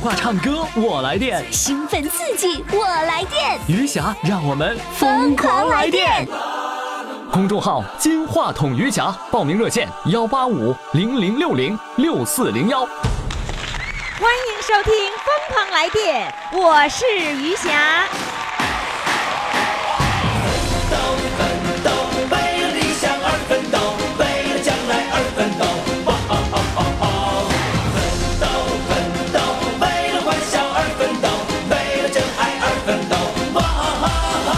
话唱歌我来电，兴奋刺激，我来电，余霞让我们疯狂来电！公众号“金话筒余霞”，报名热线：幺八五零零六零六四零幺。欢迎收听《疯狂来电》，我是余霞。奋斗，奋斗，为了理想而奋斗，为了将来而奋斗，哇哦哦哦哦！奋斗，奋斗，为了欢笑而奋斗，为了真爱而奋斗，哇哦哦哦！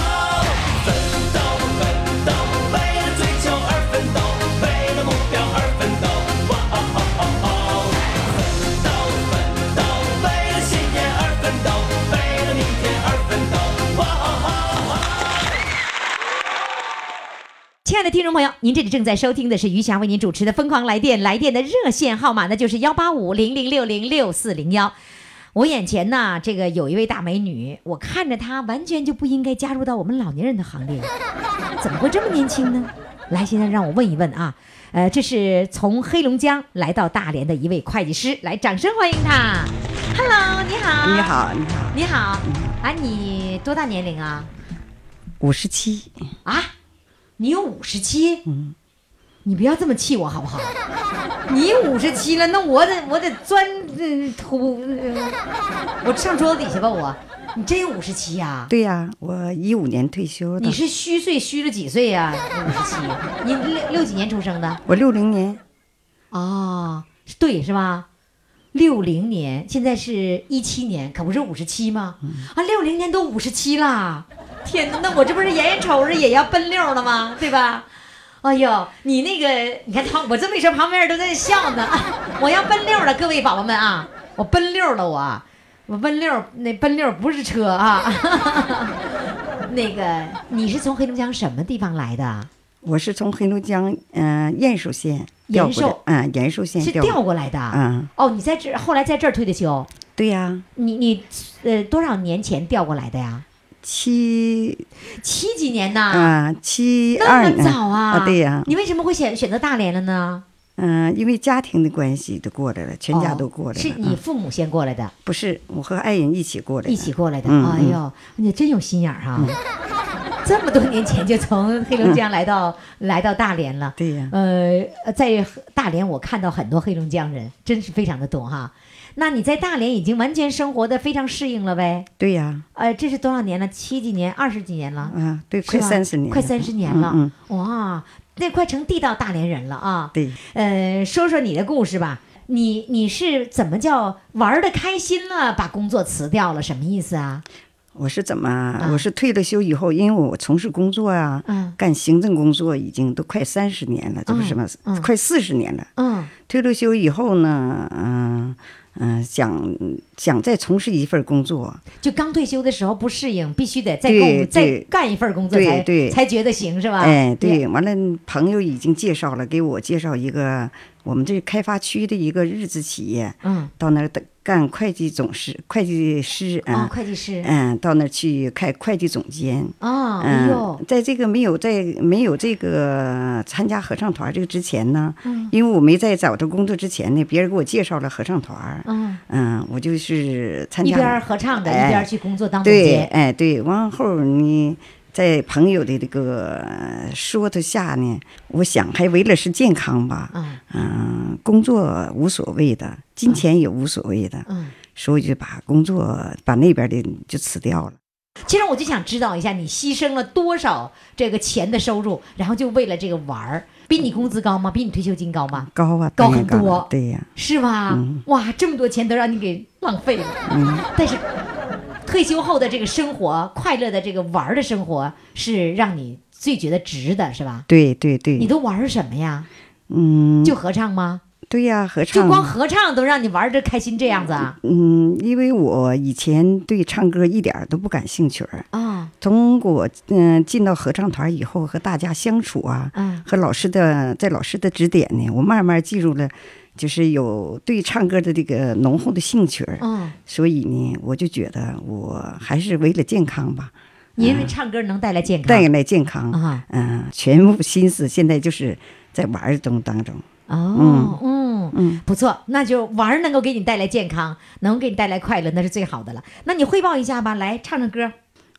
奋斗，奋斗，为了追求而奋斗，为了目标而奋斗，哇哦哦哦哦！奋斗，奋斗，为了信念而奋斗，为了明天而奋斗，哇哦哦哦！亲爱的听众朋友，您这里正在收听的是余霞为您主持的《疯狂来电》，来电的热线号码呢就是幺八五零零六零六四零幺。我眼前呢，这个有一位大美女，我看着她完全就不应该加入到我们老年人的行列，怎么会这么年轻呢？来，现在让我问一问啊，呃，这是从黑龙江来到大连的一位会计师，来，掌声欢迎她。Hello，你好。你。好，你好，你好，啊，你多大年龄啊？五十七，啊，你有五十七？你不要这么气我好不好？你五十七了，那我得我得钻、呃、土、呃 我上桌子底下吧我。你真有五十七呀？对呀、我一五年退休的你，是虚岁虚了几岁呀、五十七，你六六几年出生的？我六零年，哦，对是吧？六零年，现在是一七年，可不是五十七吗？啊，六零年都五十七啦！天哪，那我这不是眼眼瞅着也要奔六了吗？对吧？哎呦，你那个，你看他，我这么一说，旁边人都在笑呢。 啊我要奔六了，各位宝宝们啊，我奔六了我，啊我奔六，那奔六不是车啊。 那个，你是从黑龙江什么地方来的？我是从黑龙江嗯、呃燕寿县调过延来寿，嗯，延寿县是调过调过来的。嗯，哦，你在这后来在这儿退的休。对呀、你你呃多少年前调过来的呀？七七几年呐？啊、七那二么早啊？对呀、你为什么会选选择大连了呢？嗯、因为家庭的关系都过来了，全家哦都过来了，是你嗯父母先过来的，不是我和爱人一起过来的，一起过来的。嗯哎嗯呦，你真有心眼儿哈！ 这么多年前就从黑龙江来到、嗯来到大连了。对呀、呃，在大连我看到很多黑龙江人，真是非常的多哈。那你在大连已经完全生活的非常适应了呗？对呀、呃，这是多少年了？七几年？二十几年了？啊，对，是快吧三十年了，快三十年了，嗯嗯哇，那快成地道大连人了啊！对，呃，说说你的故事吧，你你是怎么叫玩的开心了，把工作辞掉了，什么意思啊？我是怎么？我是退了休以后，因为我从事工作啊，嗯干行政工作已经都快三十年了，这不嗯是吗？嗯快四十年了。嗯退了休以后呢，嗯、嗯、想想再从事一份工作，就刚退休的时候不适应，必须得再对工再对干一份工作才对对才觉得行是吧？哎，对，完了，朋友已经介绍了，给我介绍一个我们这开发区的一个日资企业，嗯，到那儿的干会计总师、会计师哦啊，，会计师，嗯，到那儿去开会计总监。哦，哎嗯呦，，在这个没有在没有这个参加合唱团这个之前呢，嗯因为我没在找着工作之前呢，别人给我介绍了合唱团，嗯，嗯，我就是参一加边儿了。合唱的，哎一边儿去工作当总对，监，哎，对，完后呢，在朋友的这个呃说的下呢，我想还为了是健康吧，嗯嗯，工作无所谓的，金钱也无所谓的，嗯。所以就把工作把那边的就辞掉了。其实我就想知道一下，你牺牲了多少这个钱的收入，然后就为了这个玩儿，比你工资高吗？比你退休金高吗？高啊，高当然很多了对呀、是吧？嗯哇，这么多钱都让你给浪费了。但是退休后的这个生活，快乐的这个玩儿的生活，是让你最觉得值的，是吧？对对对，你都玩儿什么呀？嗯，就合唱吗？对呀、合就唱光合唱都让你玩的开心这样子啊？嗯，因为我以前对唱歌一点儿都不感兴趣儿，啊，从我嗯、进到合唱团以后，和大家相处啊，嗯和老师的在老师的指点呢，我慢慢进入了，就是有对唱歌的这个浓厚的兴趣儿，嗯，所以呢，我就觉得我还是为了健康吧，你认为唱歌能带来健康？带来健康，啊。嗯、全部心思现在就是在玩儿中当中，哦，嗯，嗯嗯，不错，那就玩儿能够给你带来健康，能够给你带来快乐，那是最好的了。那你汇报一下吧，来唱唱歌。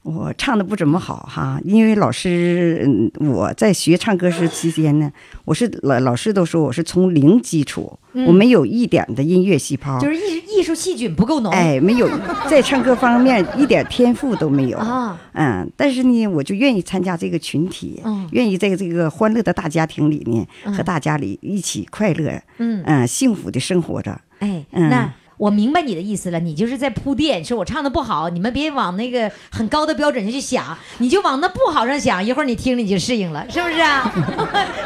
我唱的不怎么好哈，因为老师，嗯，我在学唱歌时期间呢，我是老老师都说我是从零基础，我没有一点的音乐细胞，嗯就是艺艺术细菌不够浓，哎，没有在唱歌方面一点天赋都没有啊。嗯，但是呢，我就愿意参加这个群体，嗯愿意在这个欢乐的大家庭里呢，嗯和大家里一起快乐，嗯幸福的生活着。哎，嗯那我明白你的意思了，你就是在铺垫，说我唱的不好，你们别往那个很高的标准上去想，你就往那不好上想，一会儿你听了你就适应了，是不 是啊？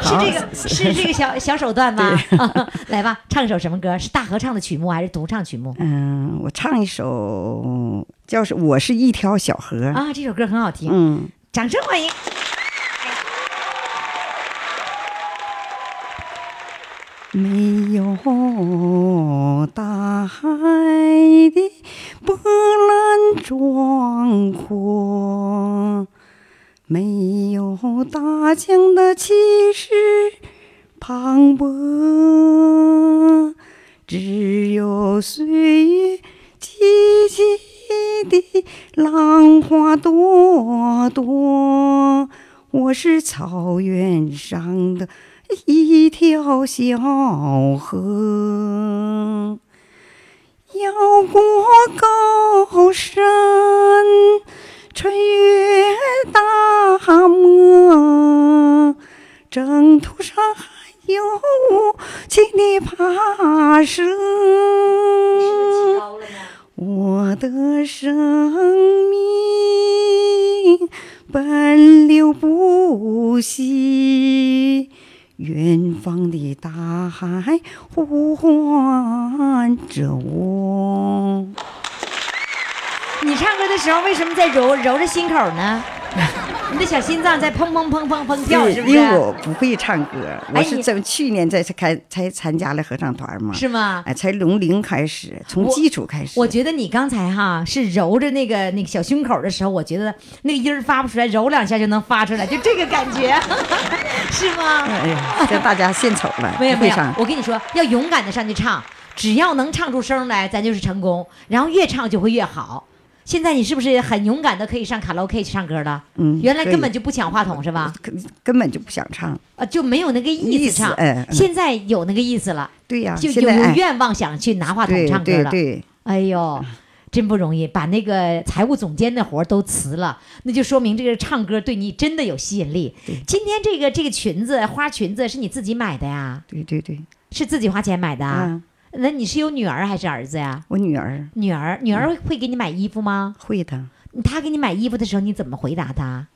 是这个 是这个小小手段吗？ 来吧，唱首什么歌？是大合唱的曲目还是独唱曲目？嗯，我唱一首叫是我是一条小河，啊，这首歌很好听，嗯。掌声欢迎。没有大海的波澜壮阔，没有大江的气势磅礴，只有岁月激起的浪花朵朵。我是草原上的一条小河，要过高山，穿越大漠，征途上还有无尽的跋涉。我的生命奔流不息，远方的大海呼唤着我。你唱歌的时候为什么在揉揉着心口 呢？你的小心脏在砰砰砰砰砰跳，是不因为是？我不会唱歌，我哎是你在去年在开才参加了合唱团嘛，是吗？哎，才从零开始，从我基础开始。我觉得你刚才哈是揉着那个那个小胸口的时候，我觉得那个音儿发不出来，揉两下就能发出来，就这个感觉， 是吗？哎呀，这大家献丑了，没有不会没有唱，。我跟你说，要勇敢的上去唱，只要能唱出声来，咱就是成功，然后越唱就会越好。现在你是不是很勇敢的可以上卡拉 OK 去唱歌了？嗯原来可以根本就不抢话筒是吧？根根本就不想唱。啊，就没有那个意意思思唱。哎嗯现在有那个意思了，对呀、就现有在哎愿望想去拿话筒对唱歌对了。对，哎呦，真不容易，把那个财务总监的活儿都辞了，那就说明这个唱歌对你真的有吸引力。今天这个这个裙子花裙子是你自己买的呀？对对对是自己花钱买的啊？啊！那你是有女儿还是儿子呀？我女儿女儿，女儿会给你买衣服吗？会的，她给你买衣服的时候，你怎么回答她？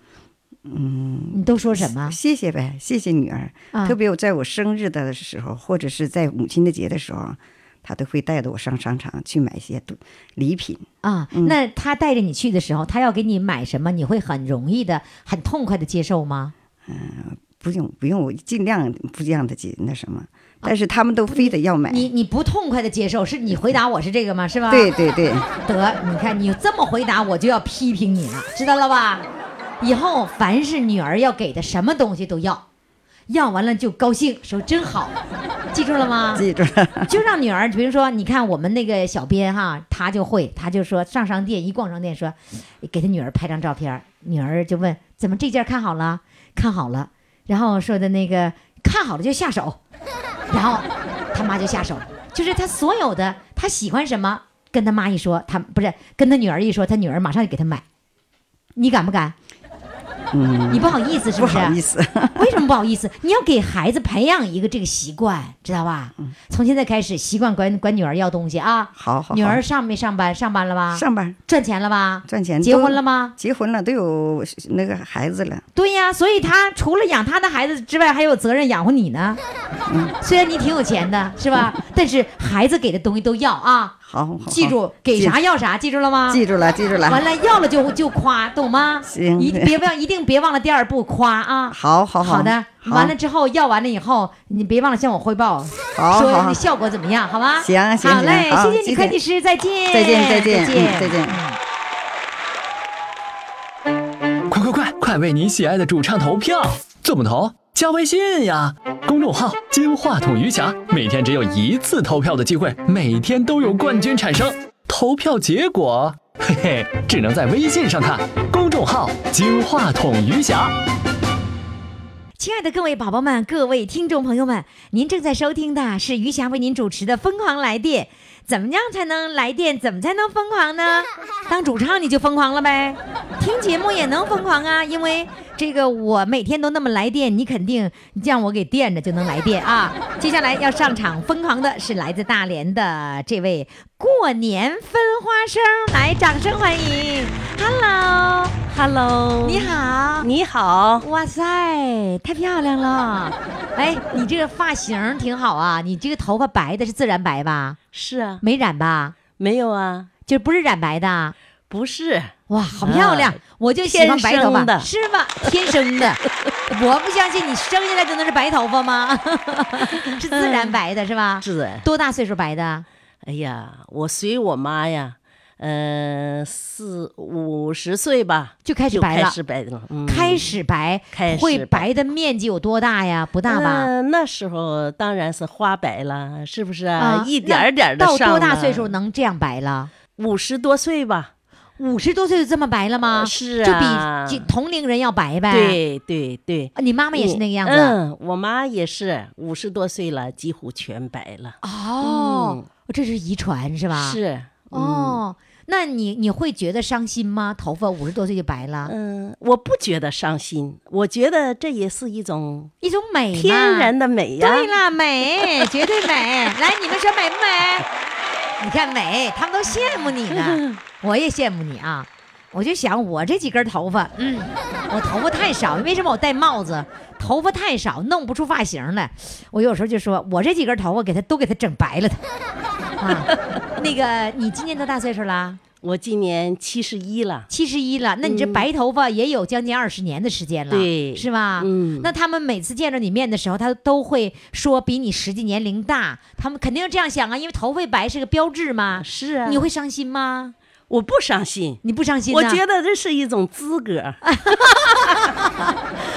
嗯，你都说什么？谢谢呗，谢谢女儿。啊特别我在我生日的时候，或者是在母亲的节的时候，她都会带着我上商场去买一些东礼品。啊，嗯那她带着你去的时候，她要给你买什么，你会很容易的、很痛快的接受吗？不用不用，我尽量不这样的紧那什么，但是他们都非得要买。啊你你不痛快的接受，是你回答我是这个吗？是吧？对对对，得，你看你这么回答，我就要批评你了，知道了吧？以后凡是女儿要给的什么东西都要，要完了就高兴，说真好，记住了吗？记住了。就让女儿，比如说，你看我们那个小编哈，她就会，她就说上商店一逛商店说，给她女儿拍张照片儿，女儿就问怎么这件看好了，看好了，然后说的那个看好了就下手，然后他妈就下手，就是他所有的他喜欢什么，跟他妈一说，他不是跟他女儿一说，他女儿马上就给他买，你敢不敢？嗯，你不好意思 是不不是？啊好意思， 为什么不好意思？你要给孩子培养一个这个习惯，知道吧？从现在开始习惯管管女儿要东西啊。嗯好好好。女儿上没上班？上班了吧？上班赚钱了吧？赚钱，结婚了？吗？结婚了，都有那个孩子了。对呀，所以她除了养她的孩子之外，还有责任养活你呢。嗯虽然你挺有钱的，是 吧？但是孩子给的东西都要啊，好好，好记住给啥要啥，记住了吗？记住了，记住了。完了要了就就夸，懂吗？行一别忘，一定别忘了第二步夸啊。好哦好好的，完了好之后要完了以后，你别忘了向我汇报，好说好你效果怎么样，好吧？行行好嘞，行好谢谢谢你，谢会计师，再见，再见再见嗯再见快快快，快为你喜爱的主唱投票！怎么投？加微信呀，公众号“金话筒余霞”，每天只有一次投票的机会，每天都有冠军产生。投票结果，嘿嘿，只能在微信上看。公众号“金话筒余霞”。亲爱的各位宝宝们、各位听众朋友们，您正在收听的是余霞为您主持的《疯狂来电》。怎么样才能来电？怎么才能疯狂呢？当主唱你就疯狂了呗，听节目也能疯狂啊！因为这个我每天都那么来电，你肯定让我给电着就能来电啊！接下来要上场疯狂的是来自大连的这位过年分花生，来掌声欢迎！Hello， Hello，你，好，你好，哇塞，太漂亮了！哎，你这个发型挺好啊，你这个头发白的是自然白吧？是啊，没染吧？没有啊，就不是染白的？不是，哇，好漂亮！啊我就喜欢白头天生发，的是吧？天生 的，我不相信你生下来就能是白头发 吗？是自然白的，是吧？是啊，多大岁数白的？哎呀，我随我妈呀，呃，四五十岁吧，就开始就白开了，始白了，嗯，开始白，开始会白白的面积有多大呀？不大吧？那那时候当然是花白了，是不是啊，一点儿点儿的那上。到多大岁数？能这样白了？五十多岁吧。五十多岁就这么白了吗？是啊就比同龄人要白呗。，啊对对对，你妈妈也是那个样子。啊嗯，我妈也是五十多岁了，几乎全白了。哦，这是遗传是吧？。嗯是，嗯哦，那你你会觉得伤心吗？头发五十多岁就白了，嗯，我不觉得伤心，我觉得这也是一种一种美嘛天然。的美呀。对了，美，绝对美。来，你们说美不美？你看美，他们都羡慕你呢，我也羡慕你啊。我就想，我这几根头发，嗯，我头发太少，为什么我戴帽子？头发太少，弄不出发型来。我有时候就说，我这几根头发给它都给它整白了它。啊，那个，你今年多大岁数了？我今年七十一了，七十一了，那你这白头发也有将近二十年的时间了，嗯对是吧？嗯那他们每次见着你面的时候，他都会说比你实际年龄大，他们肯定这样想啊，因为头发白是个标志嘛。是啊，你会伤心吗？我不伤心，你不伤心、呐啊我觉得这是一种资格。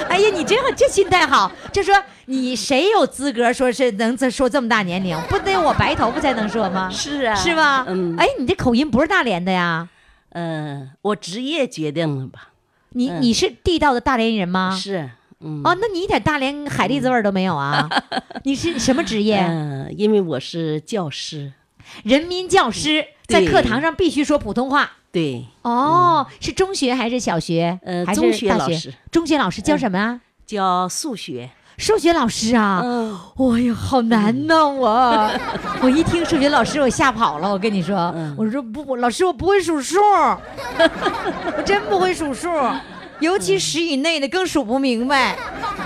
哎呀，你真好，这心态好。就说你谁有资格说是能这说这么大年龄？不得我白头发才能说吗？是啊是吧？嗯，哎，你这口音不是大连的呀？嗯，我职业决定了吧？你、嗯你是地道的大连人吗？是，嗯，啊哦，那你一点大连海蛎子味儿都没有 啊？你是什么职业？嗯，因为我是教师，人民教师，在对课堂上必须说普通话。对，哦，是中学还是小学？呃还是中学大老学师。嗯中学老师教什么啊？教数学。数学老师啊，嗯，哎呀，好难呐、我我一听数学老师，我吓跑了。我跟你说，嗯我说不，我老师我不会数数， 我真不会数数，尤其十以内的更数不明白。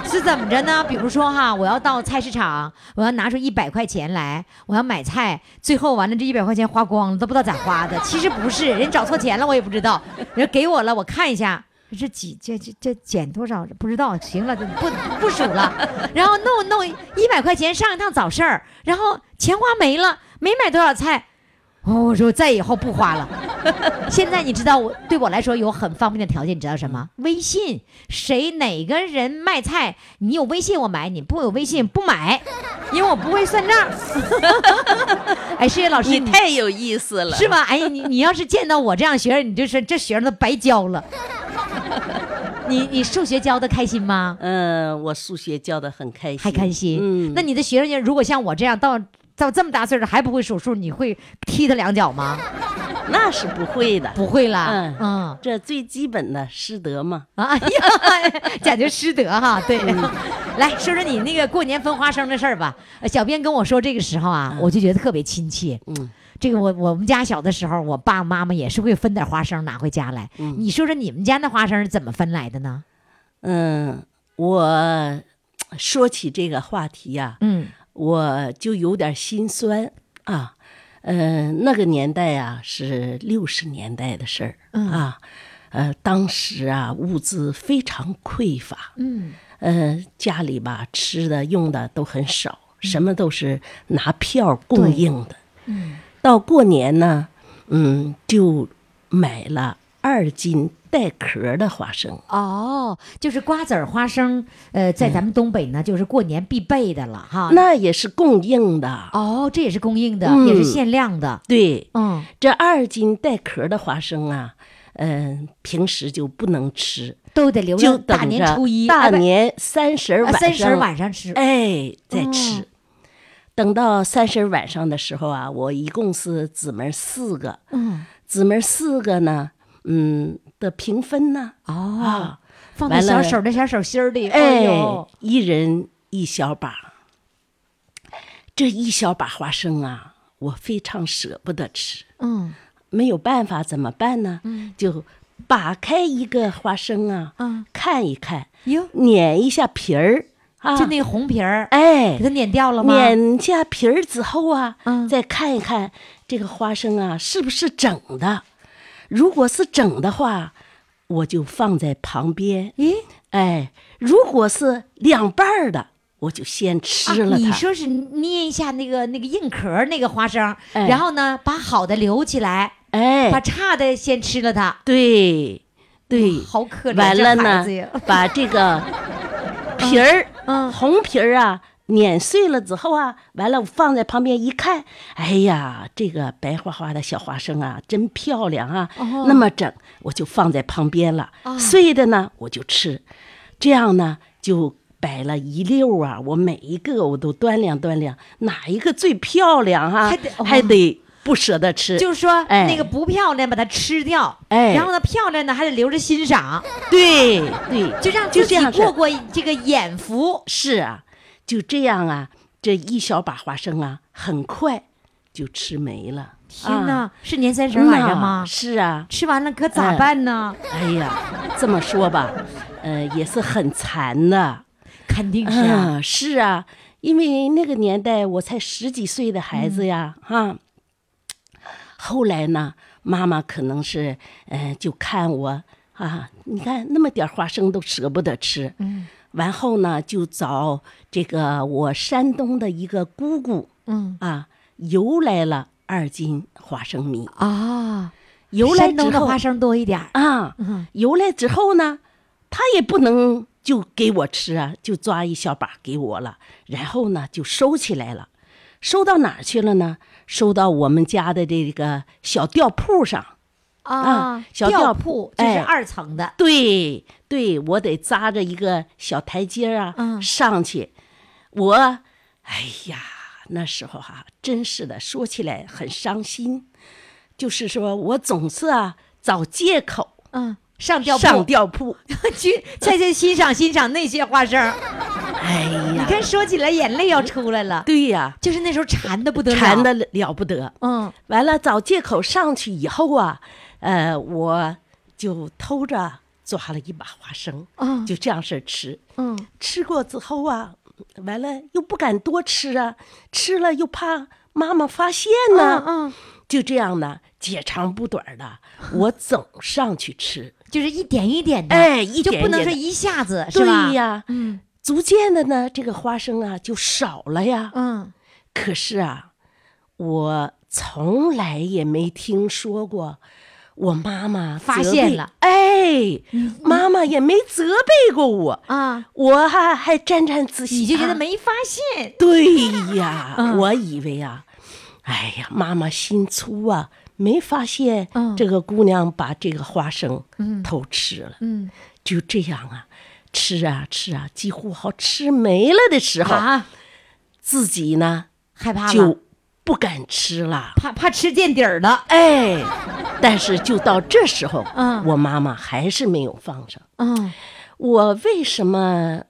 是怎么着呢？比如说哈，我要到菜市场，我要拿出一百块钱来，我要买菜，最后完了这一百块钱花光了，都不知道咋花的。其实不是，人找错钱了，我也不知道，人给我了，我看一下。这几这这这减多少不知道，行了，不不数了。然后弄弄一百块钱上一趟早市儿，然后钱花没了，没买多少菜。哦，我说再以后不花 了。现在你知道我对我来说有很方便的条件，你知道什么？微信，谁哪个人卖菜，你有微信我买，你不有微信不买，因为我不会算 账。哎，谢谢老师，你太有意思了，是？吧？哎呀，你你要是见到我这样学生，你就是这学生都白教 了。你你数学教的开心吗？嗯，我数学教的很开心，还开心？嗯，那你的学生如果像我这样到到这么大岁数还不会数数，你会踢他两脚 吗？那是不会的，不会啦，嗯嗯这最基本的师德嘛。啊，哎呀， 讲究师德哈，对。嗯来说说你那个过年分花生的事儿吧。呃小编跟我说这个时候啊，我就觉得特别亲切。嗯，这个我我们家小的时候，我爸妈妈也是会分点花生拿回家来。你说说你们家那花生是怎么分来的呢？嗯，我说起这个话题呀、嗯，我就有点心酸啊。呃，那个年代啊，是六十年代的事儿、啊。呃，当时啊，物资非常匮乏，嗯，呃，家里吧吃的用的都很少，嗯什么都是拿票供应的。嗯，到过年呢，嗯，就买了二斤带壳的花生。哦，就是瓜子儿、花生，呃，在嗯咱们东北呢，就是过年必备的了哈。那也是供应的。哦，这也是供应的，嗯也是限量的。对，嗯，这二斤带壳的花生啊，嗯、平时就不能吃，都得留就着等大年着初一、啊大年三十晚上，三十晚上嗯吃。哎再吃。等到三十晚上的时候啊，我一共是姊妹四个，嗯，姊妹四个呢，嗯的平分呢，哦，啊，放在完小了手那小手心儿里。哎呦，，一人一小把，这一小把花生啊，我非常舍不得吃。嗯没有办法，怎么办呢？就扒开一个花生啊，嗯，看一看，哟，捻一下皮儿啊，就那个红皮儿，哎给，它碾掉了吗？啊捻下皮儿之后啊，嗯再看一看这个花生啊是不是整的，如果是整的话，我就放在旁边。咦，哎，如果是两半儿的，我就先吃啊了它。你说是捏一下那个那个硬壳儿那个花生，哎然后呢，把好的留起来，把哎，差的先吃了它。哦对对，好可怜，完这孩了呢子呀，把这 个皮儿，嗯红皮儿啊，碾碎了之后啊，完了放在旁边一看，哎呀，这个白花花的小花生啊，真漂亮啊！哦那么整，我就放在旁边了。哦碎的呢，我就吃，这样呢就。摆了一溜啊，我每一个我都掂量掂量，哪一个最漂亮啊？还得哦还得不舍得吃，就是说、哎那个不漂亮把它吃掉，哎然后呢漂亮的还得留着欣赏，对对，就让就自这己样式儿过过这个眼福。是啊，就这样啊，这一小把花生啊，很快就吃没了。天哪，啊，是年三十嗯呐晚上吗？是啊，吃完了可咋办呢？哎呀，这么说吧，呃，也是很馋的。肯定是啊，嗯，是啊，因为那个年代我才十几岁的孩子呀，啊。后来呢，妈妈可能是，呃，就看我啊，你看那么点儿花生都舍不得吃，嗯完后呢，就找这个我山东的一个姑姑嗯啊，邮来了二斤花生米。啊，邮来山之东的后花生多一点儿，啊，嗯邮来之后呢，他也不能就给我吃啊，就抓一小把给我了，然后呢就收起来了。收到哪儿去了呢？收到我们家的这个小吊铺上。啊小吊吊铺铺就是哎二层的，对对，我得扎着一个小台阶儿啊，嗯上去。我，哎呀，那时候哈、真是的，说起来很伤心。就是说我总是啊找借口嗯，上吊铺上吊 铺。去再去欣赏欣赏那些花生。哎你呀，看说起来眼泪要出来了，对呀，就是那时候馋的不得了，馋的了不得。嗯，完了，找借口上去以后啊，呃，我就偷着抓了一把花生，嗯就这样式儿吃。嗯吃过之后啊，完了又不敢多吃啊，吃了又怕妈妈发现呢，嗯，就这样呢，解长补短 的，我总上去吃，就是一点一点的，哎嗯一就点不一能点说的一下子，是吧？对呀，嗯逐渐的呢，这个花生啊就少了呀。嗯，可是啊，我从来也没听说过。我妈妈发责现备了，嗯哎，妈妈也没责备过我，啊，我还还沾沾自喜啊，你就觉得没发现，对 呀，嗯我以为啊，哎呀，妈妈心粗啊，没发现嗯这个姑娘把这个花生嗯偷吃了，嗯就这样啊，吃啊吃啊，几乎好吃没了的时候，啊，自己呢害怕了，就不敢吃了。怕怕吃见底儿了，哎，但是就到这时候，嗯我妈妈还是没有放上。嗯我为什么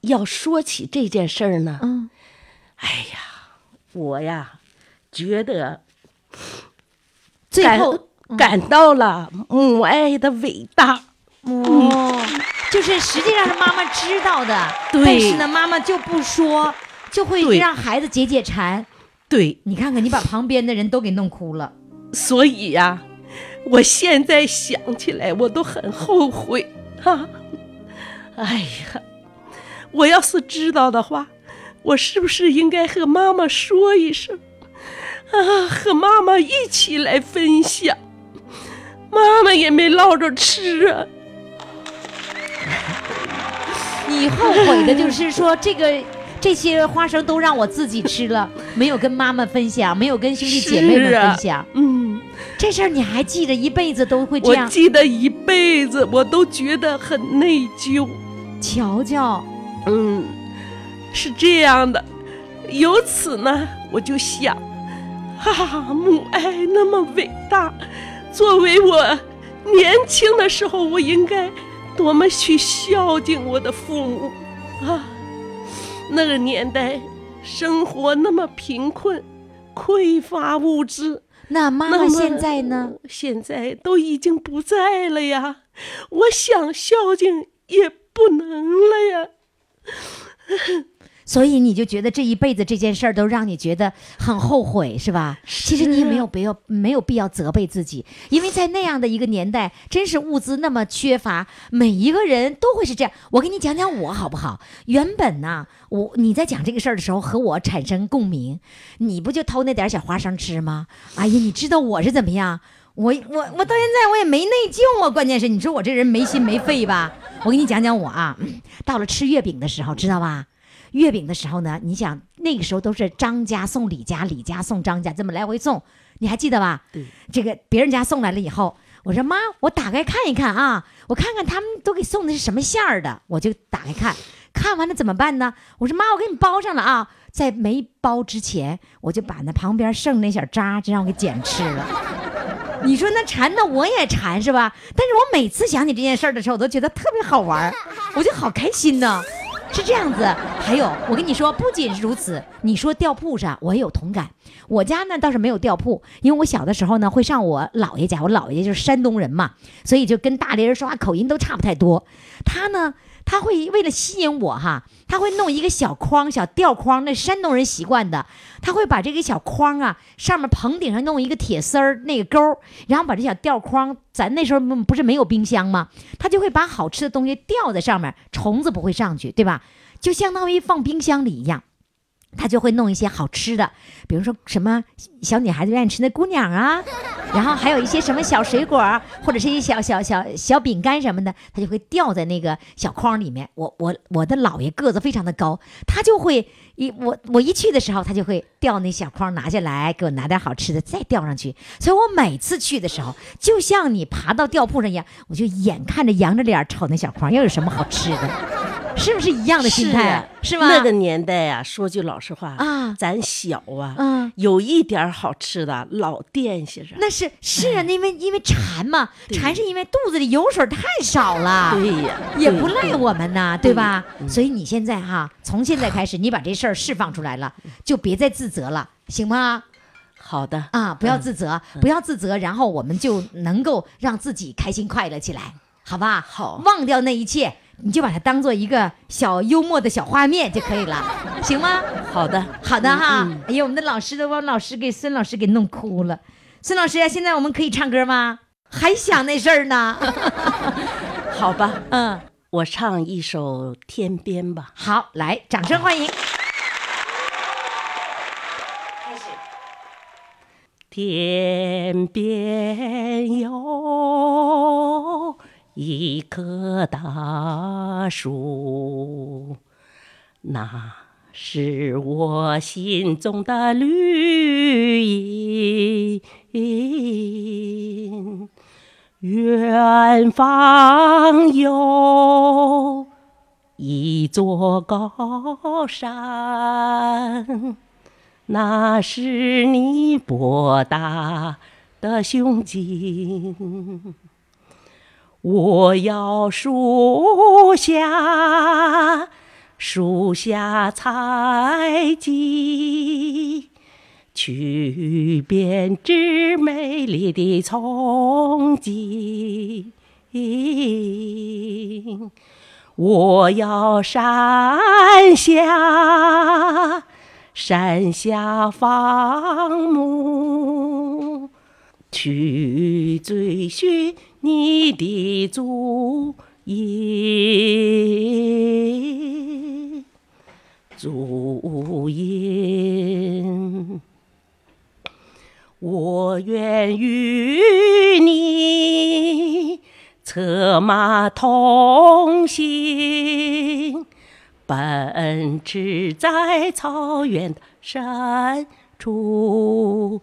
要说起这件事儿呢？嗯哎呀，我呀，觉得最感后嗯感到了母爱的伟大。哦，就是实际上是妈妈知道的，对但是呢，妈妈就不说，就会对让孩子解解馋。对，你看看，你把旁边的人都给弄哭了。所以呀、我现在想起来，我都很后悔啊！哎呀，我要是知道的话，我是不是应该和妈妈说一声啊？和妈妈一起来分享。妈妈也没落着吃啊。你后悔的就是说这个。这些花生都让我自己吃了，没有跟妈妈分享，没有跟兄弟姐妹们是啊分享。嗯，这事儿你还记着，一辈子都会这我样。记得一辈子，我都觉得很内疚。瞧瞧，嗯，是这样的。由此呢，我就想，哈、哈，母爱那么伟大，作为我年轻的时候，我应该多么去孝敬我的父母啊！那个年代，生活那么贫困，匮乏物质，啊那妈那妈么现在呢？现在都已经不在了呀，我想孝敬也不能了呀。所以你就觉得这一辈子这件事儿都让你觉得很后悔，是吧？其实你也没有必要没有必要责备自己，因为在那样的一个年代，真是物资那么缺乏，每一个人都会是这样。我给你讲讲我好不好？原本呐，我你在讲这个事儿的时候和我产生共鸣，你不就偷那点儿小花生吃吗？哎呀，你知道我是怎么样？我我我到现在我也没内疚啊，关键是你说我这人没心没肺吧？我给你讲讲我啊，嗯到了吃月饼的时候，知道吧？月饼的时候呢，你想那个时候都是张家送李家，李家送张家，这么来回送，你还记得吧？对，这个别人家送来了以后，我说妈，我打开看一看啊，我看看他们都给送的是什么馅儿的，我就打开看，看完了怎么办呢？我说妈，我给你包上了啊，在没包之前，我就把那旁边剩那小渣就让我给捡吃了。 你说那馋的我也馋是吧？但是我每次想起这件事儿的时候，我都觉得特别好玩儿，我就好开心呢。是这样子，还有我跟你说，不仅是如此，你说吊铺上我也有同感。我家呢倒是没有吊铺，因为我小的时候呢会上我姥爷家，我姥爷就是山东人嘛，所以就跟大连人说话口音都差不太多。他呢，他会为了吸引我哈，他会弄一个小筐、小吊筐，那山东人习惯的，他会把这个小筐啊，上面棚顶上弄一个铁丝儿那个钩儿，然后把这小吊筐，咱那时候不是没有冰箱吗？他就会把好吃的东西吊在上面，虫子不会上去，对吧？就相当于放冰箱里一样。他就会弄一些好吃的，比如说什么小女孩子愿意吃那姑娘啊， 然后还有一些什么小水果儿或者是一些小小小小饼干什么的，他就会掉在那个小筐里面。我我我的姥爷个子非常的高，他就会一我我一去的时候，他就会掉那小筐拿下来，给我拿点好吃的，再吊上去。所以我每次去的时候，就像你爬到吊铺上一样，我就眼看着扬着脸儿瞅那小筐，要有什么好吃的，是不是一样的心态？啊是吗？那个年代啊，说句老实话啊咱小啊，嗯有一点儿好吃的老惦记着。那是是啊，那因为因为馋嘛，馋是因为肚子里油水太少了，对呀，也对不赖。我们呐，对吧？嗯所以你现在哈，从现在开始，你把这事儿释放出来了，就别再自责了，行吗？好的，啊，不要自责，嗯不要自责，然后我们就能够让自己开心快乐起来，好吧？好忘掉那一切，你就把它当做一个小幽默的小画面就可以了，行吗？ 好的，嗯好的哈，哎呀，我们的老师都把老师给孙老师给弄哭了。孙老师啊，现在我们可以唱歌吗？还想那事儿呢？ 好吧，嗯，我唱一首《天边》吧。好，来，掌声欢迎。天边有一棵大树，那是我心中的绿荫。远方有一座高山。那是你博大的胸襟。我要树下，树下采集，去编织美丽的憧憬。我要山下，山下放牧，去追寻你的足印，足印。我愿与你策马同行，奔驰在草原的深处。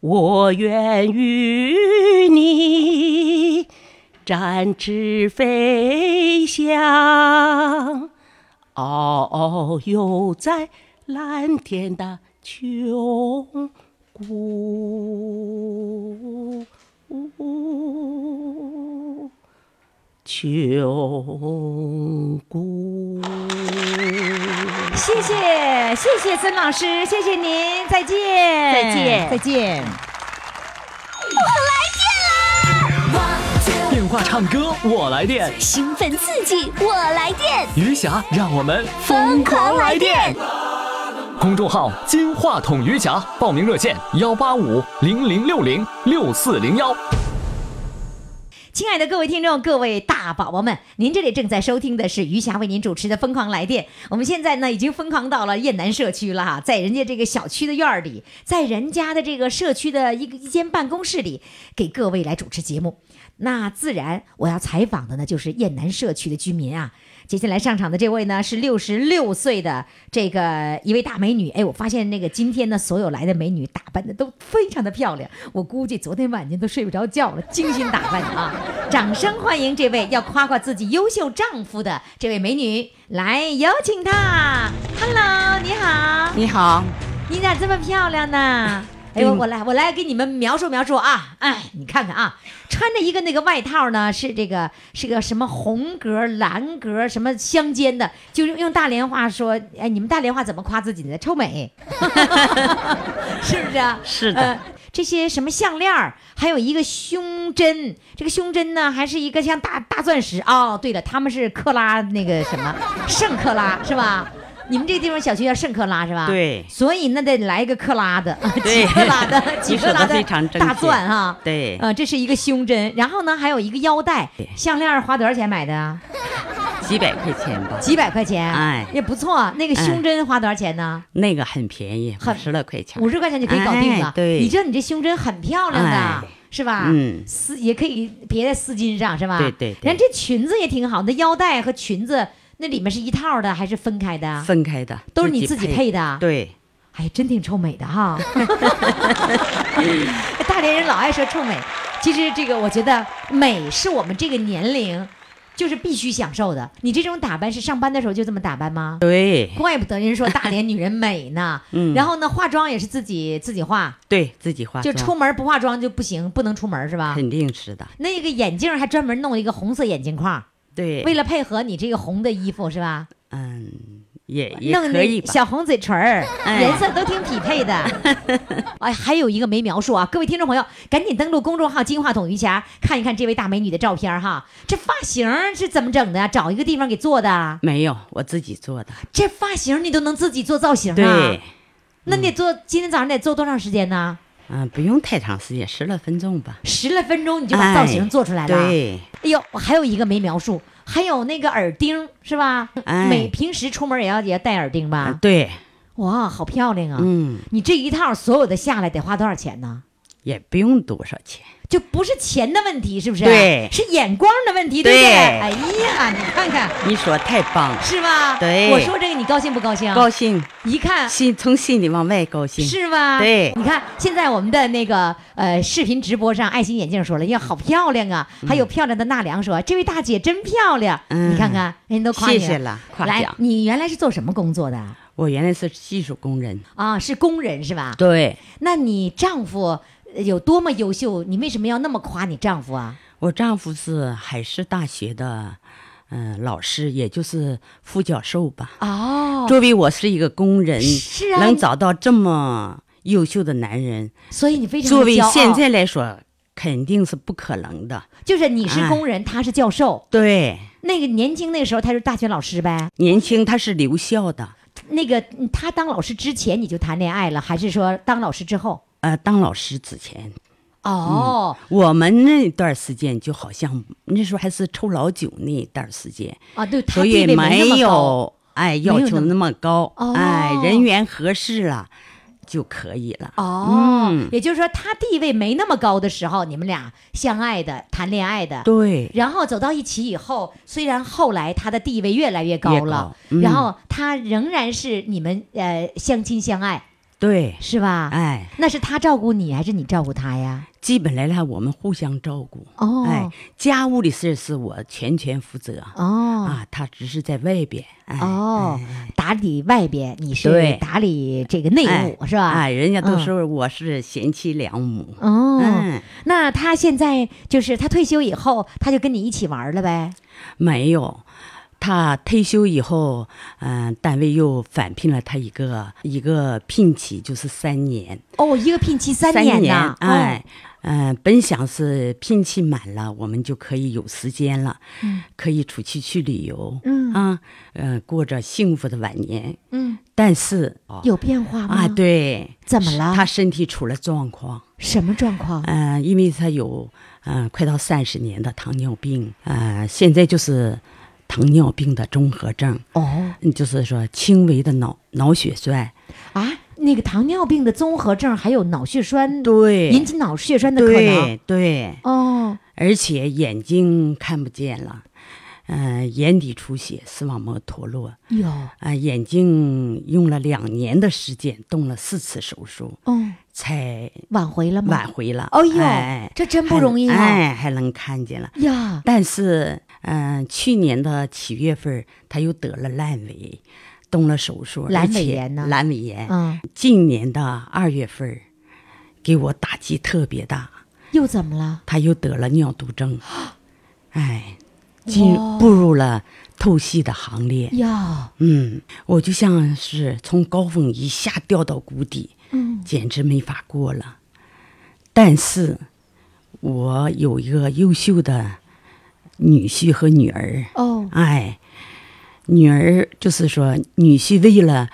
我愿与你展翅飞翔，哦遨遨游在蓝天的穹谷。穹谷。谢谢谢谢曾老师，谢谢您，再见，再见再见。电话唱歌我来电，兴奋刺激，我来电，余霞让我们疯狂来电！公众号“金话筒余霞”，报名热线：幺八五零零六零六四零幺。亲爱的各位听众，各位大宝宝们，您这里正在收听的是余霞为您主持的《疯狂来电》。我们现在呢，已经疯狂到了雁南社区了哈，在人家这个小区的院儿里，在人家的这个社区的一个一间办公室里，给各位来主持节目。那自然，我要采访的呢，就是雁南社区的居民啊。接下来上场的这位呢，是六十六岁的这个一位大美女。哎，我发现那个今天呢，所有来的美女打扮的都非常的漂亮，我估计昨天晚上都睡不着觉了，精心打扮的啊！掌声欢迎这位要夸夸自己优秀丈夫的这位美女，来有请她。Hello，你好，你好，你咋这么漂亮呢？哎呦，我来，我来给你们描述描述啊！哎，你看看啊，穿着一个那个外套呢，是这个是个什么红格、蓝格什么相间的，就是用大连话说，哎，你们大连话怎么夸自己的？臭美， 是不是啊？是的呃 这些什么项链儿，还有一个胸针，这个胸针呢，还是一个像大大钻石哦。对了，他们是克拉那个什么圣克拉是吧？你们这地方小区叫圣克拉是吧？对所以那得来一个克拉的， 几对克拉的，几 你克说拉得的非常正确大钻哈。对呃，这是一个胸针，然后呢还有一个腰带，项链儿花多少钱买的啊？几百块钱吧，几百块钱，哎也不错。那个胸针花多少钱呢？那个很便宜，很五十来块钱五。十块钱就可以搞定了哎。对你知道你这胸针很漂亮哎的，是吧？嗯丝也可以别在丝巾上，是吧？对对对然后这裙子也挺好，那腰带和裙子那里面是一套的还是分开的啊？分开的，都是你自己配的。的。对，哎，真挺臭美的哈。 大连人老爱说臭美，其实这个我觉得美是我们这个年龄就是必须享受的。你这种打扮是上班的时候就这么打扮吗？对，怪不得人说 大连女人美呢。嗯然后呢，化妆也是自己自己化，对自己化就啊妆，出门不化妆就不行，不能出门是吧？肯定是的。那个眼镜还专门弄了一个红色眼镜框，对，为了配合你这个红的衣服是吧？嗯，也也弄可以那吧。小红嘴唇儿，哎颜色都挺匹配 的。哎，还有一个没描述啊，各位听众朋友，赶紧登录公众号“金话筒余霞”，看一看这位大美女的照片儿哈。这发型儿是怎么整的呀？找一个地方给做的啊？没有，我自己做的。这发型儿你都能自己做造型啊？对，那你得做，今天早上得做多长时间呢？嗯，不用太长时间，十来分钟吧。十来分钟你就把造型做出来了。哎对，哎呦，我还有一个没描述，还有那个耳钉是吧？哎每平时出门也要也要戴耳钉啊吧？对，哇，好漂亮啊！嗯，你这一套所有的下来得花多少钱呢？也不用多少钱。就不是钱的问题，是不是？对是眼光的问题，对不对？对哎呀，你看看，你说太棒了，是吧？对我说这个你高兴不高兴？高兴，一看心从心里往外高兴。啊是吧？对你看现在我们的那个呃视频直播上，爱心眼镜说了，哎呀，好漂亮啊！还有漂亮的纳凉说，啊这位大姐真漂亮。嗯你看看，人都夸你谢谢了夸来奖，你原来是做什么工作的啊我原来是技术工人。啊？是工人是吧？对，那你丈夫呃有多么优秀？你为什么要那么夸你丈夫啊？我丈夫是海事大学的，嗯、老师，也就是副教授吧。哦，作为我是一个工人，是啊能找到这么优秀的男人，所以你非常作为骄傲现在来说，肯定是不可能的。就是你是工人，他是教授。对，那个年轻那时候他是大学老师呗。年轻他是留校的，那个嗯他当老师之前你就谈恋爱了，还是说当老师之后？呃，当老师之前，哦，我们那段时间就好像那时候还是抽老九那段时间，啊，对，他所地以位没那么高有哎要没有求那么那么高，哦哎人缘合适了，就可以了。哦，也就是说，他地位没那么高的时候，你们俩相爱的、谈恋爱的，对，然后走到一起以后，虽然后来他的地位越来越高越了，高嗯然后他仍然是你们呃相亲相爱，对，是吧？哎，那是他照顾你还是你照顾他呀？基本来了，我们互相照顾。哦哎，家务的事儿是我全权负责。哦啊，他只是在外边。哎、哦，打理外边，你是对打理这个内哎，务是吧？哎，人家都嗯说我是贤妻良母。哦，嗯，那他现在就是他退休以后，他就跟你一起玩了呗？没有。他退休以后，嗯、单位又返聘了他一个一个聘期，就是三年。哦，一个聘期三三年呐，哦哎，嗯、本想是聘期满了，我们就可以有时间了，可以出去去旅游，嗯啊，呃，过着幸福的晚年。嗯，但是哦有变化吗？啊，，对，怎么了他身体出了状况，什么状况？嗯、因为他有嗯、呃快到三十年的糖尿病，呃，现在就是糖尿病的综合症，哦嗯就是说轻微的脑脑血栓，啊，那个糖尿病的综合症还有脑血栓，对，引起脑血栓的可能。对对，哦，啊而且眼睛看不见了，嗯、眼底出血，视网膜脱落，啊、有，眼睛用了两年的时间，动了四次手术，哦，才挽回了吗？挽回了。哎呦哎这真不容易啊还哎，还能看见了。呀，但是，嗯、去年的七月份，他又得了阑尾，动了手术，阑而且尾炎呢阑尾炎。嗯，今年的二月份，给我打击特别大。又怎么了？他又得了尿毒症，哎，进哇步入了透析的行列。呀，嗯，我就像是从高峰一下掉到谷底，嗯，简直没法过了。但是，我有一个优秀的女婿和女儿，哦，哎，女儿就是说，女婿为了，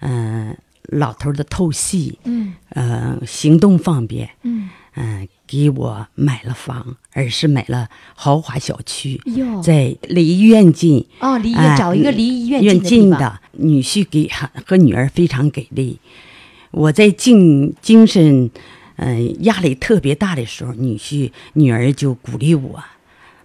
嗯、老头儿的透析，嗯呃，行动方便，嗯，嗯，给我买了房，而是买了豪华小区，哟，在离医院近。哦，离哎找一个离医院院近近的地方。的女婿给和女儿非常给力。我在精精神，嗯、压力特别大的时候，女婿女儿就鼓励我：“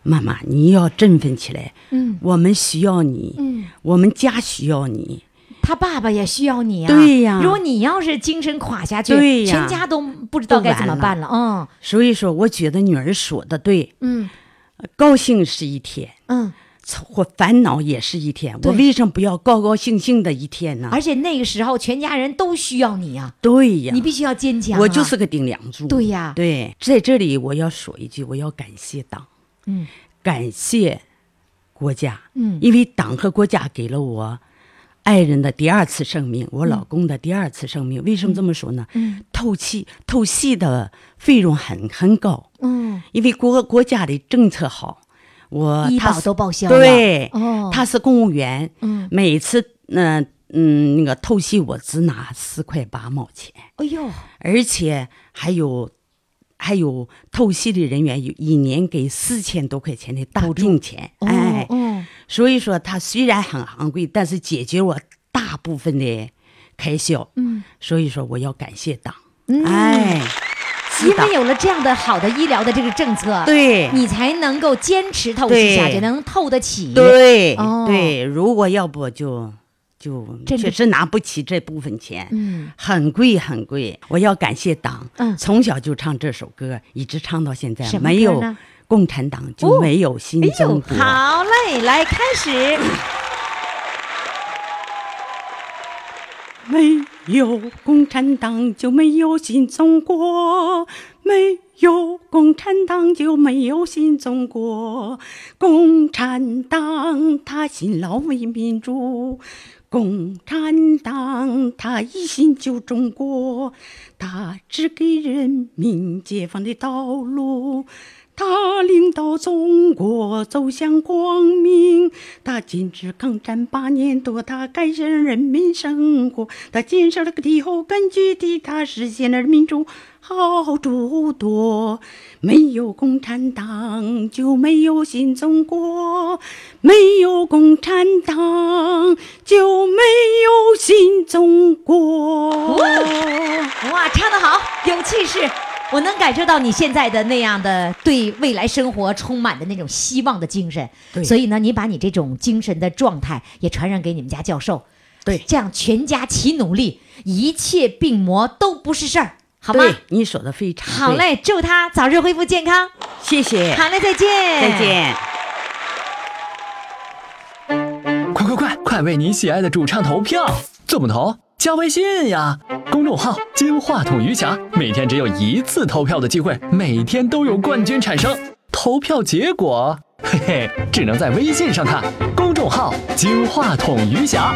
妈妈，你要振奋起来，嗯我们需要你，嗯，我们家需要你。他爸爸也需要你呀、对呀如果你要是精神垮下去，对呀全家都不知道该怎么办了。嗯”所以说，我觉得女儿说的对，嗯高兴是一天，嗯，我烦恼也是一天，对我为什么不要高高兴兴的一天呢？而且那个时候全家人都需要你呀、对呀，你必须要坚强、啊。我就是个顶梁柱。啊对呀对，在这里我要说一句，我要感谢党，嗯，感谢国家，嗯因为党和国家给了我爱人的第二次生命，嗯我老公的第二次生命。为什么这么说呢？嗯，透气透气的费用很很高，嗯，因为国国家的政策好，我医他保是都报销了对，哦他是公务员，嗯，每次嗯、呃嗯那个透析我只拿四块八毛钱，哎呦，而且还有还有透析的人员有一年给四千多块钱的大病钱，哦哎，哦，所以说它虽然很昂贵，但是解决我大部分的开销，嗯，所以说我要感谢党，嗯哎，是因的为有了这样的好的医疗的这个政策，对你才能够坚持透析下去，对能透得起。对、哦对，如果要不就就真的确实拿不起这部分钱，嗯，很贵很贵。我要感谢党，嗯从小就唱这首歌，一直唱到现在什，么没歌有呢共产党哦就没有新哎中呦，国。好嘞，来开始。没有共产党就没有新中国，没有共产党就没有新中国。共产党他辛劳为民主，共产党他一心救中国，他只给人民解放的道路。他领导中国走向光明，他坚持抗战八年多，他改善了人民生活，他建设了个地后根据地，他实现了民主好处多。没有共产党就没有新中国，没有共产党就没有新中国。哇，唱得好，有气势。我能感受到你现在的那样的对未来生活充满的那种希望的精神，所以呢，你把你这种精神的状态也传染给你们家教授，对这样全家齐努力，一切病魔都不是事儿，好吗？对，你说的非常对好，嘞，祝他早日恢复健康。谢谢，好嘞，再见，再。见。快快快，快为你喜爱的主唱投票！怎么投？加微信呀，公众号“金话筒余霞”，每天只有一次投票的机会，每天都有冠军产生。投票结果，嘿嘿，只能在微信上看。公众号“金话筒余霞”。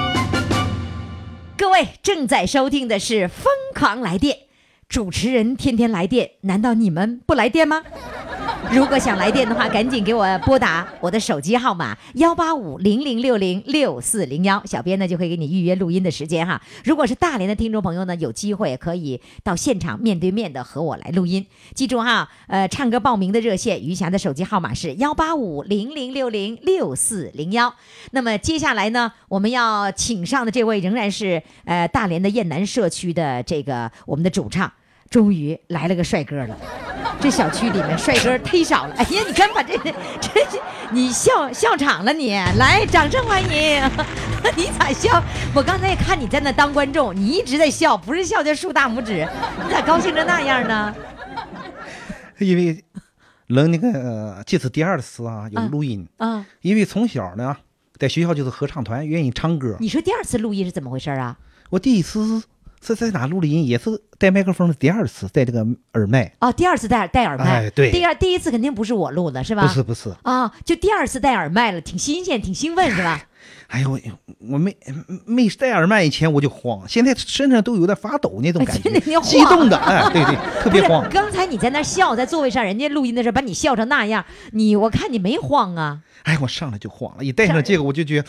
各位正在收听的是《疯狂来电》，主持人天天来电，难道你们不来电吗？ 如果想来电的话，赶紧给我拨打我的手机号码幺八五零零六零六四零幺，小编呢就会给你预约录音的时间哈。如果是大连的听众朋友呢，有机会可以到现场面对面的和我来录音。记住哈，呃，唱歌报名的热线，余霞的手机号码是幺八五零零六零六四零幺。那么接下来呢，我们要请上的这位仍然是呃大连的雁南社区的这个我们的主唱，终于来了个帅哥了。这小区里面帅哥忒少了。哎呀，你看把这这这，你笑笑场了你，来，掌声欢迎！ 你咋笑？我刚才也看你在那当观众，你一直在笑，不是笑就竖大拇指，你咋高兴成那样呢？因为能那个、呃这次第二次啊有录音，啊，因为从小呢在学校就是合唱团，愿意唱歌。你说第二次录音是怎么回事啊？我第一次是在哪录的音，也是带麦克风的第二次，带这个耳麦，哦，第二次戴戴耳麦，哎对第二第一次肯定不是我录的，是吧？不是不是，啊、就第二次戴耳麦了，挺新鲜，挺兴奋，是吧？哎呦，我我没没戴耳麦以前我就慌，现在身上都有点发抖那种感真的你觉，慌激动的，哎，对对， 特不别是慌，。刚才你在那笑，在座位上，人家录音的时候把你笑成那样，你我看你没慌啊，哎，我上来就慌了，一戴上这个我就觉得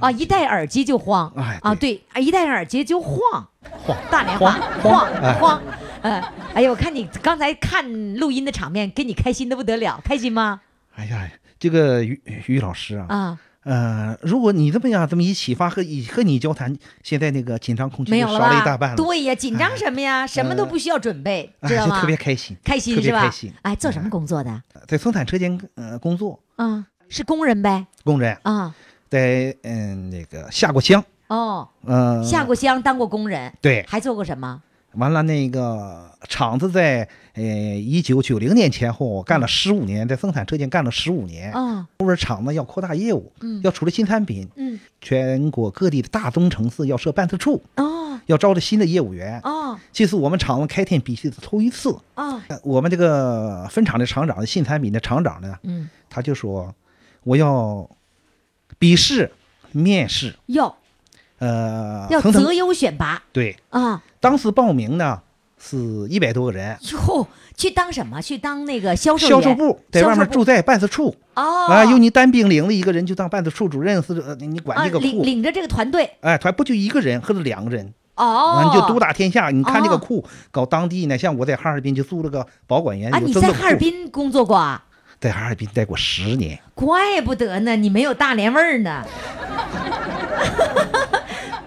啊，一戴耳机就慌，哎啊，对，啊一戴上耳机就晃，慌，大连话慌晃哎晃，呃，哎呦，我看你刚才看录音的场面，给你开心的不得了，开心吗？哎呀，这个于于老师啊，啊，呃，如果你这么样这么一启发和一和你交谈，现在那个紧张空气没啊就有少了了吧？一大半了，对呀，紧张什么呀？什么都不需要准备， 哎知道就吗？特别开心，开心特别是吧？开心。哎，做什么工作的？在生产车间呃工作，啊，是工人呗？工人啊，在嗯那个下过乡，哦，呃，下过乡，当过工人，对，还做过什么？完了那个厂子在呃一九九零年前后我干了十五年，在生产车间干了十五年。啊，后边厂子要扩大业务，嗯要出了新产品，嗯，全国各地的大中城市要设办事处，哦，要招着新的业务员。哦，这是我们厂子开店比试的头一次。哦，呃我们这个分厂的厂长，新产品的厂长呢，嗯，他就说我要笔试、面试，哟，呃，要层择层优选拔对。啊！当时报名呢是一百多个人，哟，去当什么？去当那个销售销员售部在外销售面部驻在办事处，哦，啊，由你单兵领的一个人就当办事处主任，是呃你管啊，这个领库，领着这个团队哎，团不就一个人或者两个人，哦啊，，你就独打天下。你看这个哦库，搞当地呢，像我在哈尔滨就租了个保管员，啊！有你增在的哈尔库滨工作过啊？在哈尔滨待过十年，怪不得呢，你没有大连味儿呢。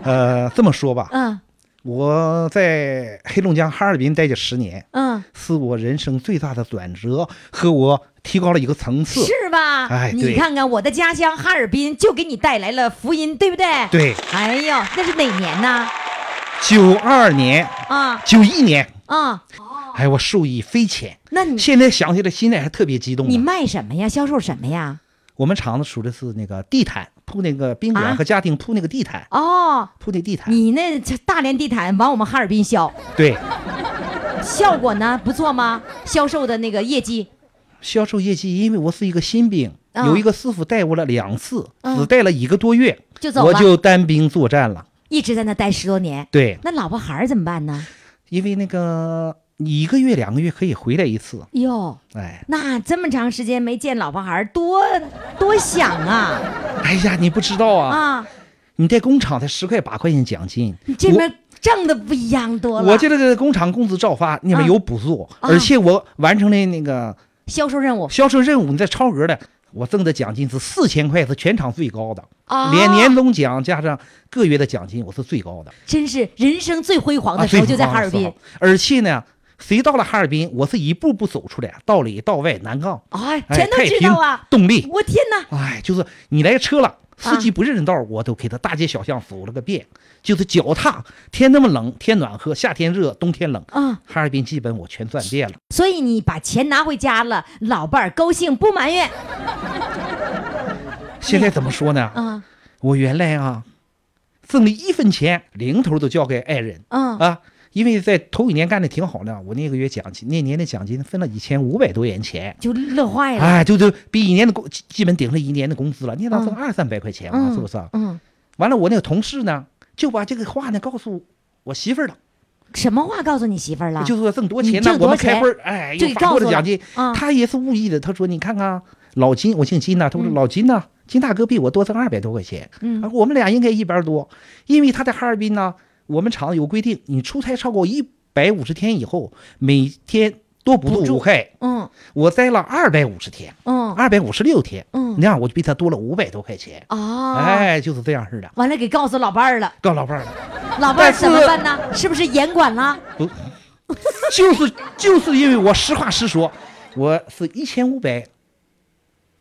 呃，这么说吧，嗯我在黑龙江哈尔滨待着十年，嗯，是我人生最大的转折，和我提高了一个层次。是吧？哎你对看看我的家乡哈尔滨，就给你带来了福音，对不对？。对，哎呦，那是哪年呢？九二年、啊九一年，啊，哎，我受益匪浅。那你现在想起来，心里还特别激动呢。啊嗯你卖什么呀？销售什么呀？我们厂子属的是那个地毯，铺那个宾啊馆和家庭铺那个地毯，哦，铺那地毯。你那大连地毯往我们哈尔滨销，对，效果呢不错吗？销售的那个业绩销售业绩，因为我是一个新兵，啊有一个师傅带我了两次，嗯只带了一个多月，就走了我就单兵作战了。一直在那待十多年，对，那老婆孩儿怎么办呢？因为那个一个月、两个月可以回来一次，哟，哎，那这么长时间没见老婆孩儿，多多想啊哎呀，你不知道啊，啊！你在工厂才十块八块钱奖金，你这边挣的不一样多我了。我这个工厂工资照发，你们啊有补助，啊而且我完成了那个销售任务销售任务，你再超额的，我挣的奖金是四千块，是全场最高的，啊连年终奖加上各月的奖金，我是最高的。真是人生最辉煌啊，的哦时候最就在高哈尔的时滨候。。而且呢，谁到了哈尔滨，我是一步步走出来，到里到外南岗，哎，哎全都太知平道啊！动力，我天哪，哎，就是你来车了，司机啊不认道，我都给他大街小巷走了个遍。就是脚踏，天那么冷，天暖和，夏天热，冬天冷，嗯，哈尔滨基本我全转遍了。所以你把钱拿回家了，老伴儿高兴不埋怨。现在怎么说呢？嗯我原来啊，挣了一分钱，零头都交给爱人嗯啊，因为在头几年干的挺好呢，我那个月奖金，那年的奖金分了一千五百多元钱。就乐坏了。哎，就就比一年的工，基基本顶上一年的工资了，你也能挣二三百块钱嘛，嗯是不是啊？嗯，完了，我那个同事呢，就把这个话呢告诉我媳妇儿了，什么话告诉你媳妇儿了？就是说挣多啊你钱挣呢，多我少们钱开会儿，哎，就又发告多诉了了奖金，啊他也是故意的。他说：“你看看啊，老金，我姓金呐、他说：“老金呐、金大哥比我多挣二百多块钱，嗯啊，我们俩应该一边多，因为他在哈尔滨呢，我们厂有规定，你出差超过一百五十天以后，每天多补助五块。嗯我待了二百五十天，嗯二百五十六天，嗯那样我就比他多了五百多块钱。哦，哎，就是这样似的，完了给告诉老伴儿了，告老伴儿了，老伴儿但是怎么办呢？是不是严管了？不，就是就是因为我实话实说，我是一千五百。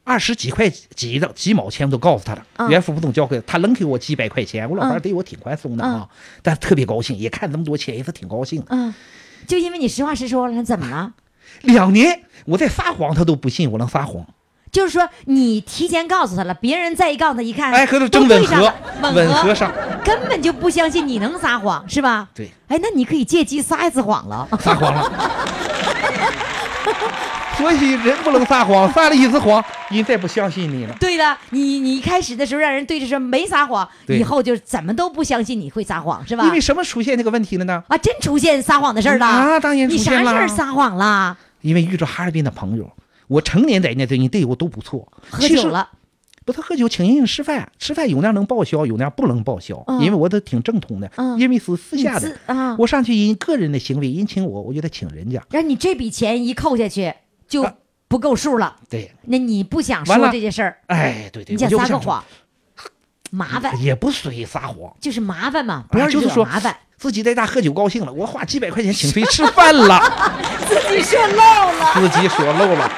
二十几块几的几毛钱我都告诉他了，嗯原封不动交给他，他扔给我几百块钱，我老伴儿嗯对我挺宽松的啊，但特别高兴，也看这么多钱也是挺高兴的。嗯，就因为你实话实说了，那怎么了？两年我在撒谎，他都不信我能撒谎，就是说你提前告诉他了，别人再一告诉他，一看，哎，和他都真对吻上合了，吻合合上，根本就不相信你能撒谎，是吧？对，哎，那你可以借机撒一次谎了。撒谎了。 所以人不能撒谎，撒了一次谎，人再不相信你了。 对的，你你一开始的时候让人对着说没撒谎，对以后就怎么都不相信你会撒谎，是吧因？为什么出现这个问题了呢？啊，真出现撒谎的事儿了啊当然你出啥现事儿了撒谎啦？因为遇着哈尔滨的朋友，我成年在人家对你对我都不错。喝其实酒了，不是喝酒，请人家吃饭，吃饭有那能报销，有那不能报销，嗯因为我都挺正统的，嗯因为是私你下自的。啊，我上去因个人的行为，人请我，我就得请人家。让你这笔钱一扣下去就啊不够数了，对，那你不想完说了这件事儿，哎，对对，你我想就撒不个想说哎谎，麻烦也不属于撒谎。就是麻烦嘛，不要啊就是惹说麻烦。自己在家喝酒高兴了，我花几百块钱请谁吃饭 了，自己说漏了，自己说漏了。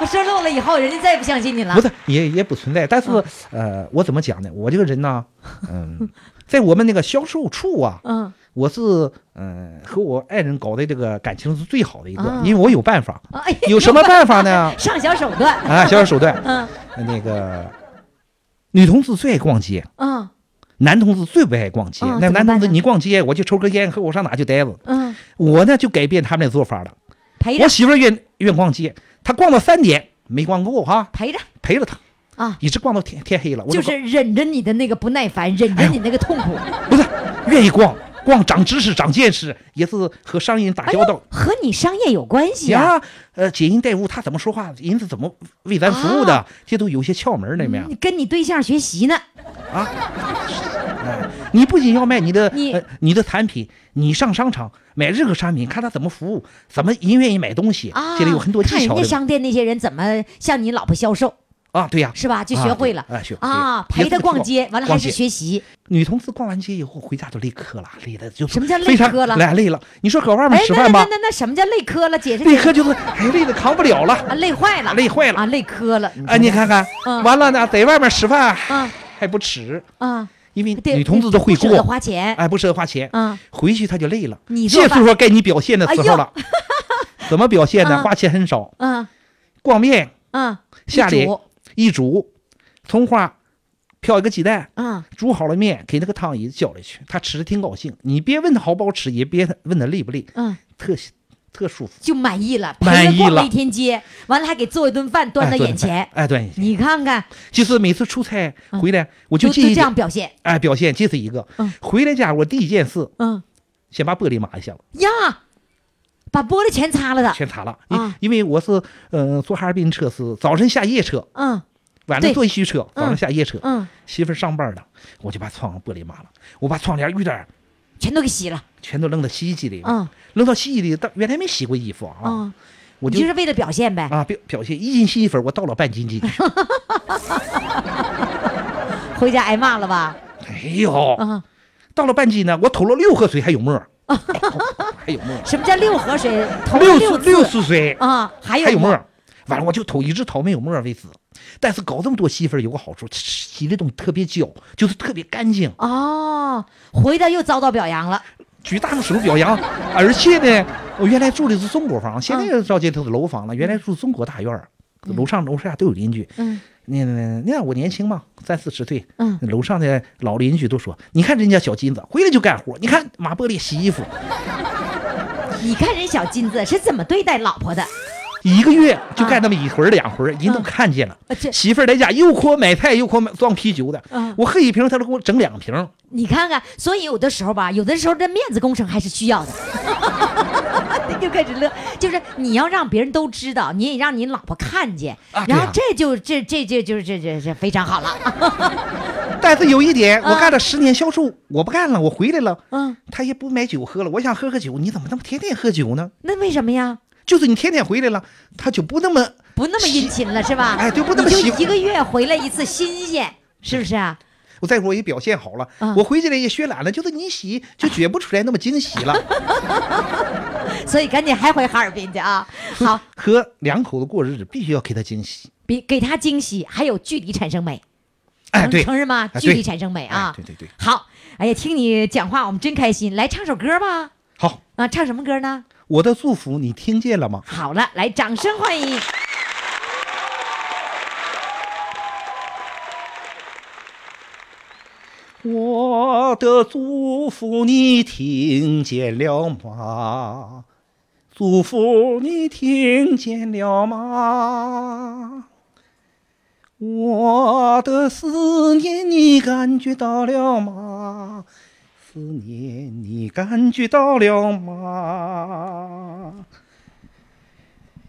我说漏了以后，人家再也不相信你了嗯不。是，也也不存在。但是，呃，我怎么讲呢？我这个人呢，嗯，在我们那个销售处啊，嗯，我是嗯和我爱人搞的这个感情是最好的一个，啊因为我有办法。哎，？有什么办法呢 上小手段。啊，销售手段，嗯那个女同志最爱逛街，嗯男同志最不爱逛街。啊那怎么男同办志呢你逛街，我就抽根烟，和我上哪去待着？嗯，我呢就改变他们的做法了。陪着我媳妇儿愿愿逛街，她逛到三点没逛够哈，陪着陪着她啊，一直逛到天天黑了。我就说是忍着你的那个不耐烦，忍着你那个痛 苦。不是愿意逛逛长知识、长见识，也是和商人打哎交道呦。，和你商业有关系啊。呀，呃，解音代物，他怎么说话，人是怎么为咱服务的，啊这都有些窍门儿里面。你跟你对象学习呢，你不仅要卖你的你呃、你的产品，你上商场买任何商品，看他怎么服务，怎么人愿意买东西，啊，这里有很多看技人巧家的商店那些人怎么向你老婆销售，啊。对呀、是吧？就学会了啊对哎学会啊，对陪她逛街，完了还是。也是个学习。女同志逛完街以后回家都累磕了，累的就什么叫累非常磕了累累了。你说搁外面哎，吃那那饭那吧，那那什么叫累磕了？解释累解释磕就是哎累的扛不了了。啊，累坏了，累坏了啊，累磕了。哎，你看看，嗯完了呢，在外面吃饭嗯还不耻，啊，因为对女同志都会不舍得过，花钱，哎，不舍得花钱，嗯回去她就累了。你做这饭哎时候该你表现的时候了， 怎么表现呢？嗯花钱很少，嗯逛面嗯，下一里煮一煮，葱花飘一个鸡蛋，嗯，煮好了面给那个汤姨浇里去，她吃的挺高兴。你别问她好不好吃，也别问她累不累，嗯，特特舒服，就满意了，陪满着意逛了一天街，完了还给做一顿饭端哎到眼前，，对哎，对，你看看，就是每次出差回来，我就就嗯记就一这点样，表现，哎，表现这是一个嗯。回来家我第一件事嗯先把玻璃抹一下子，呀，把玻璃全擦了的，全擦了。啊因因为我是呃坐哈尔滨车是早晨下夜车，嗯晚对上坐一宿车，早上下夜车。嗯，媳妇儿上班了，我就把窗户玻璃抹了，我把窗帘、浴帘全都给洗了，全都扔到洗衣机里，嗯扔到洗衣机里。当原来没洗过衣服啊，嗯我你就就是为了表现呗。啊表表现一斤吸一分，我倒了半斤 进去。回家挨骂了吧？哎嗯呦，倒了半斤呢，我吐了六喝水，还有沫儿， 哎还有沫儿，什么叫六合水？头六六次六次水啊，还有还有沫吗儿。完了，我就吐一直淘没有沫儿为止。但是搞这么多媳妇儿有个好处，洗的东西特别焦，就是特别干净，哦，回来又遭到表扬了。举大拇指表扬。而且呢，我原来住的是中国房，现在赵街头的楼房了。原来住中国大院儿，楼上楼下都有邻居。嗯那那那我年轻嘛，三四十岁，嗯楼上的老邻居都说，你看人家小金子回来就干活，你看马玻璃洗衣服，你看人小金子是怎么对待老婆的？一个月就干那么一回儿两回儿，人都看见了啊这。媳妇儿在家又给我买菜，又给我买装啤酒的嗯，我喝一瓶，她都给我整两瓶。你看看，所以有的时候吧，有的时候这面子工程还是需要的。 又开始乐，就是你要让别人都知道，你也让你老婆看见，啊对然啊后这就这这这就是这这这非常好了。 但是有一点，我干了十年销售，我不干了，我回来了，嗯，她也不买酒喝了。我想喝喝酒，你怎么那么天天喝酒呢？那为什么呀？就是你天天回来了，她就不那么不那么殷勤了是吧？哎对不那么你喜就欢一个月回来一次新鲜，是不是啊？我再说我也表现好了，嗯我回去了也学懒了，就是你洗就觉不出来那么惊喜了。 所以赶紧还回哈尔滨去啊！好，和两口子过日子必须要给她惊喜，比给他惊喜，还有距离产生美，哎，能对，承认吗？哎距对离产生美哎啊！对对对，好，哎呀，听你讲话我们真开心，来唱首歌吧。好，啊，唱什么歌呢？我的祝福你听见了吗？好了，来，掌声欢迎。 我的祝福你听见了吗？祝福你听见了吗？我的思念你感觉到了吗？思念你感觉到了吗？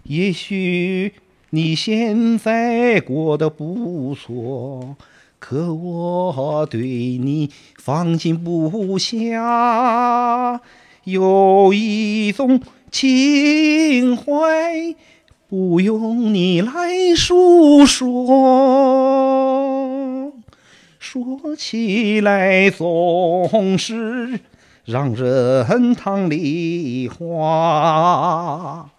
也许你现在过得不错，可我对你放心不下，有一种情怀，不用你来诉说。说起来总是让人淌梨花。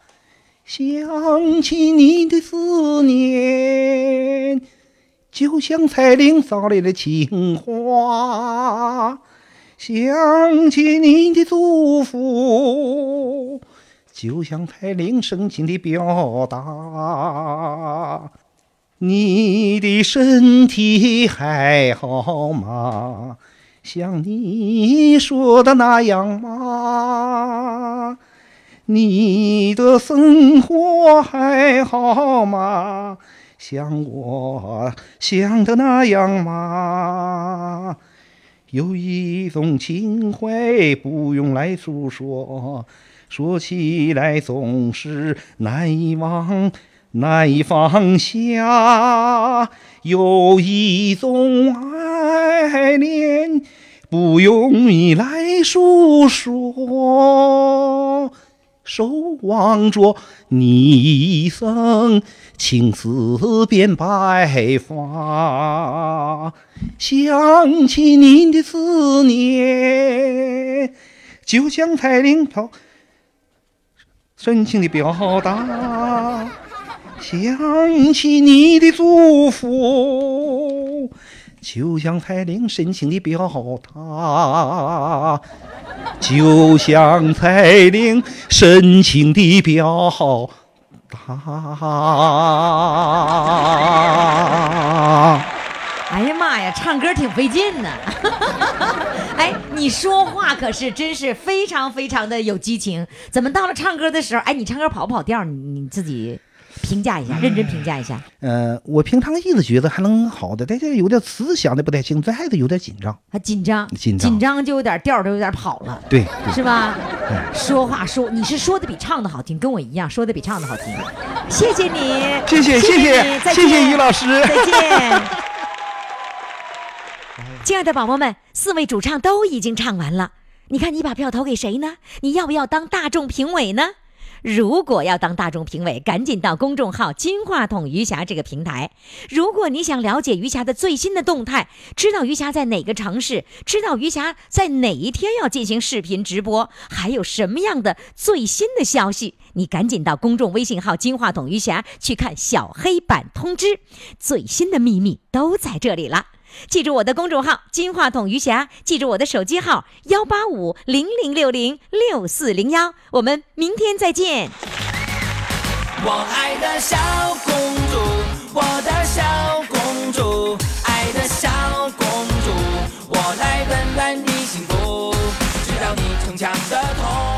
想起你的思念，就像彩铃捎来的情话。想起你的祝福，就像彩铃深情的表达。你的身体还好吗？像你说的那样吗？你的生活还好吗？像我想的那样吗？有一种情怀不用来诉说，说起来总是难以忘，难以放下。有一种爱恋，不用你来诉说。守望着你一生，青丝变白发。想起你的思念，就像彩铃飘，深情的表达。想起你的祝福，就像彩铃深情的表达。就像彩铃深情的表达。哎呀妈呀，唱歌挺费劲呢。 哎，你说话可是真是非常非常的有激情。怎么到了唱歌的时候，哎，你唱歌跑不跑调？你你自己评价一下，认真评价一下。呃，我平常一直觉得还能好的，但是有点词想的不太清，这还是有点紧张。还紧张，紧张就有点调儿都有点跑了，对，是吧？说话说你是说的比唱的好听，跟我一样，说的比唱的好听。谢谢你，谢你再见 师。再见。 亲爱的宝宝们，四位主唱都已经唱完了，你看你把票投给谁呢？你要不要当大众评委呢？如果要当大众评委，赶紧到公众号“金话筒余霞”这个平台。如果你想了解余霞的最新的动态，知道余霞在哪个城市，知道余霞在哪一天要进行视频直播，还有什么样的最新的消息，你赶紧到公众微信号“金话筒余霞”去看小黑板通知，最新的秘密都在这里了。记住我的公众号“金话筒余霞”，记住我的手机号幺八五零零六零六四零幺。我们明天再见。我爱的小公主，我的小公主，爱的小公主，我来温暖你幸福，直到你逞强的痛。